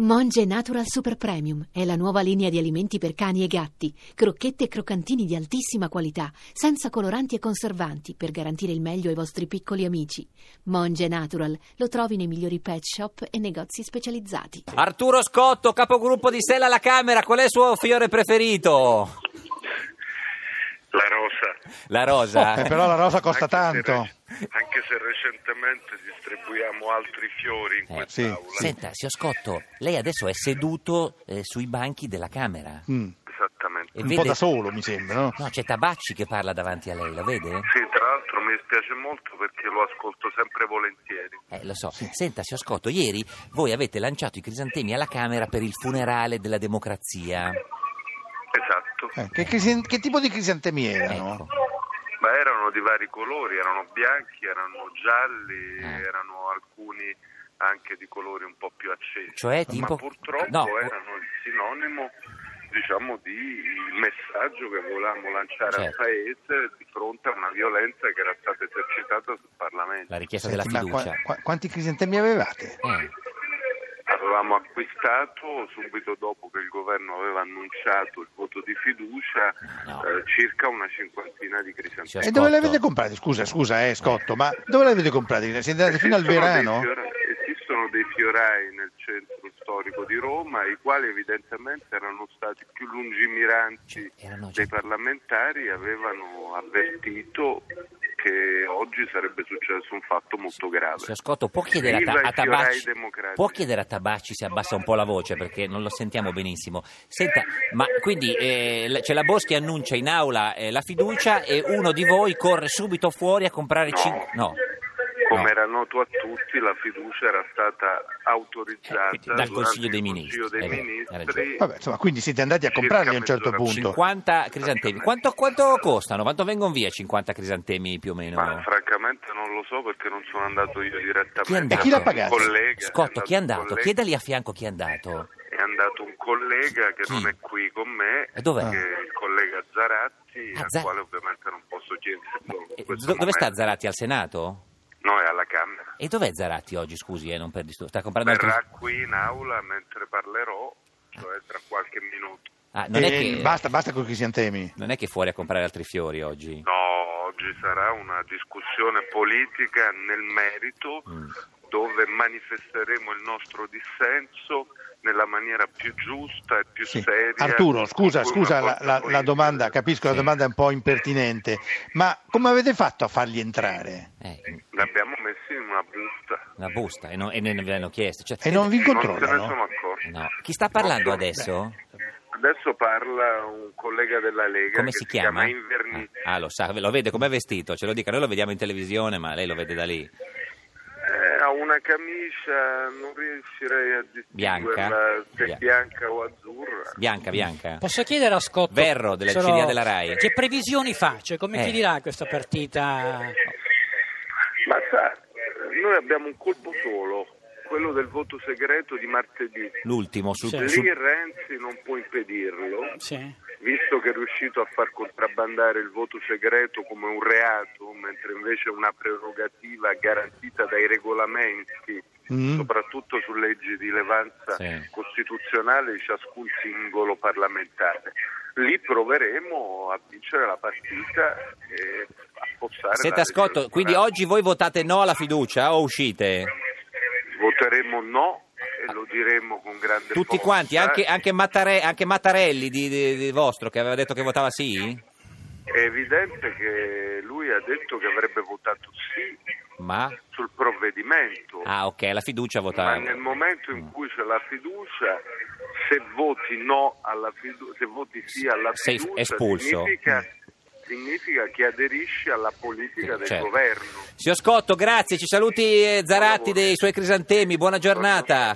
Monge Natural Super Premium è la nuova linea di alimenti per cani e gatti, crocchette e croccantini di altissima qualità, senza coloranti e conservanti, per garantire il meglio ai vostri piccoli amici. Monge Natural lo trovi nei migliori pet shop e negozi specializzati. Arturo Scotto, capogruppo di Sella alla Camera, qual è il suo fiore preferito? La rosa. La rosa. Eh, però la rosa costa Anche se tanto. re- anche se recentemente distribuiamo altri fiori in sì. quest'aula. Senta, signor Scotto, lei adesso è seduto eh, sui banchi della Camera. Mm, Esattamente. E un vede- po' da solo, mi sembra, no? No, c'è Tabacci che parla davanti a lei, lo vede? Sì, tra l'altro mi dispiace molto perché lo ascolto sempre volentieri. Eh, lo so. Senta, signor Scotto, ieri voi avete lanciato i crisantemi alla Camera per il funerale della democrazia. Esatto. Eh, che, crisi- che tipo di crisantemi erano? Ecco. Ma erano di vari colori, erano bianchi, erano gialli, Ah. erano alcuni anche di colori un po' più accesi. Cioè, tipo- Ma purtroppo no. erano il sinonimo diciamo di il messaggio che volevamo lanciare al Certo. paese di fronte a una violenza che era stata esercitata sul Parlamento. La richiesta Senti, della ma qua- fiducia. qua- quanti crisantemi avevate? Eh, Avevamo acquistato subito dopo che il governo aveva annunciato il voto di fiducia Ah, No. Cioè, eh, circa una cinquantina di crisantemi. Signor E dove li Scotto. avete comprati? Scusa, scusa, eh, Scotto, ma dove li avete comprati? Siete Eh, andati fino al Esistono dei verano? fiora- Esistono dei fiorai nel centro storico di Roma, i quali evidentemente erano stati più lungimiranti Cioè, erano già- dei parlamentari e avevano avvertito che oggi sarebbe successo un fatto molto grave. signor Scotto, può chiedere a, Viva Ta- i a fiorai Tabacci, democratici. può chiedere a Tabacci se abbassa un po' la voce perché non lo sentiamo benissimo. Senta, ma quindi eh, la- c'è la Boschi annuncia in aula eh, la fiducia e uno di voi corre subito fuori a comprare No. cinque... No. Come No. era noto a tutti, la fiducia era stata autorizzata Eh, quindi dal durante Consiglio dei il Ministri. Consiglio dei Eh, hai ragione. Ministri. Vabbè, insomma, quindi siete andati a comprarli a un certo Circa mezz'ora. punto. 50 crisantemi. Quanto, quanto costano? Quanto vengono via 50 crisantemi più o meno? Ma francamente non lo so perché non sono andato io direttamente. Chi è andato? E chi l'ha Un pagato? collega, Scotto, chi è un andato? collega. Chiedali a fianco chi è andato. È andato un collega che Chi? non è qui con me, E dov'è? che è il collega Zaratti, Ah, al Za- quale ovviamente non posso chiedere. in Eh, questo do- dove sta momento. Zarati? Al Senato? No, è alla Camera. E dov'è Zarati oggi? Scusi, eh, non per distur- Sta comprando anche- Verrà qui in aula mentre parlerò, cioè tra qualche minuto. Ah, non, è Eh, che, Basta, basta con i crisantemi. non è che fuori a comprare altri fiori oggi? No, oggi sarà una discussione politica nel merito Mm. dove manifesteremo il nostro dissenso nella maniera più giusta e più Sì. seria. Arturo, scusa, con cui scusa una la, forza la- la politica- domanda, capisco la Sì. domanda è un po' impertinente, ma come avete fatto a farli entrare? Eh, L'abbiamo messi in una busta. una busta e non, e non vi hanno chiesto. Cioè, E non vi Eh, Non se ne controllano? sono accorti. no. Chi sta parlando adesso? Adesso parla un collega della Lega Come che si chiama? Invernizzi. Ah, lo sa, lo vede com'è vestito, ce lo dica, noi lo vediamo in televisione, ma lei lo vede da lì. ah. Eh, ha una camicia, non riuscirei a distinguerla Bianca? se Bia- bianca o azzurra. Bianca, bianca. Posso chiedere a Scotto Verro, della sono- CDA della Rai. Che previsioni fa? Cioè, come Eh. finirà questa partita? Ma sa, noi abbiamo un colpo solo, quello del voto segreto di martedì. L'ultimo sul, Sì. Lì sul- Renzi non può impedirlo, Sì. visto che è riuscito a far contrabbandare il voto segreto come un reato, mentre invece è una prerogativa garantita dai regolamenti, Mm. soprattutto su leggi di rilevanza Sì. costituzionale di ciascun singolo parlamentare. Lì proveremo a vincere la partita e a forzare Senta la Scotto, legge quindi elettorale. oggi voi votate no alla fiducia o uscite? voteremo no e lo diremo con grande Tutti forza. quanti, anche, anche Mattare- anche Mattarelli di, di- di vostro che aveva detto che votava sì? È evidente che lui ha detto che avrebbe votato sì Ma? sul provvedimento, Ah Mm. ok, la fiducia ma votava. nel momento in cui c'è la fiducia, se voti no alla fiducia, se voti sì alla Sei fiducia, espulso. Mm. significa, significa che aderisci alla politica del Certo. governo. Signor Scotto, grazie, ci saluti eh, Zaratti dei suoi crisantemi, buona giornata.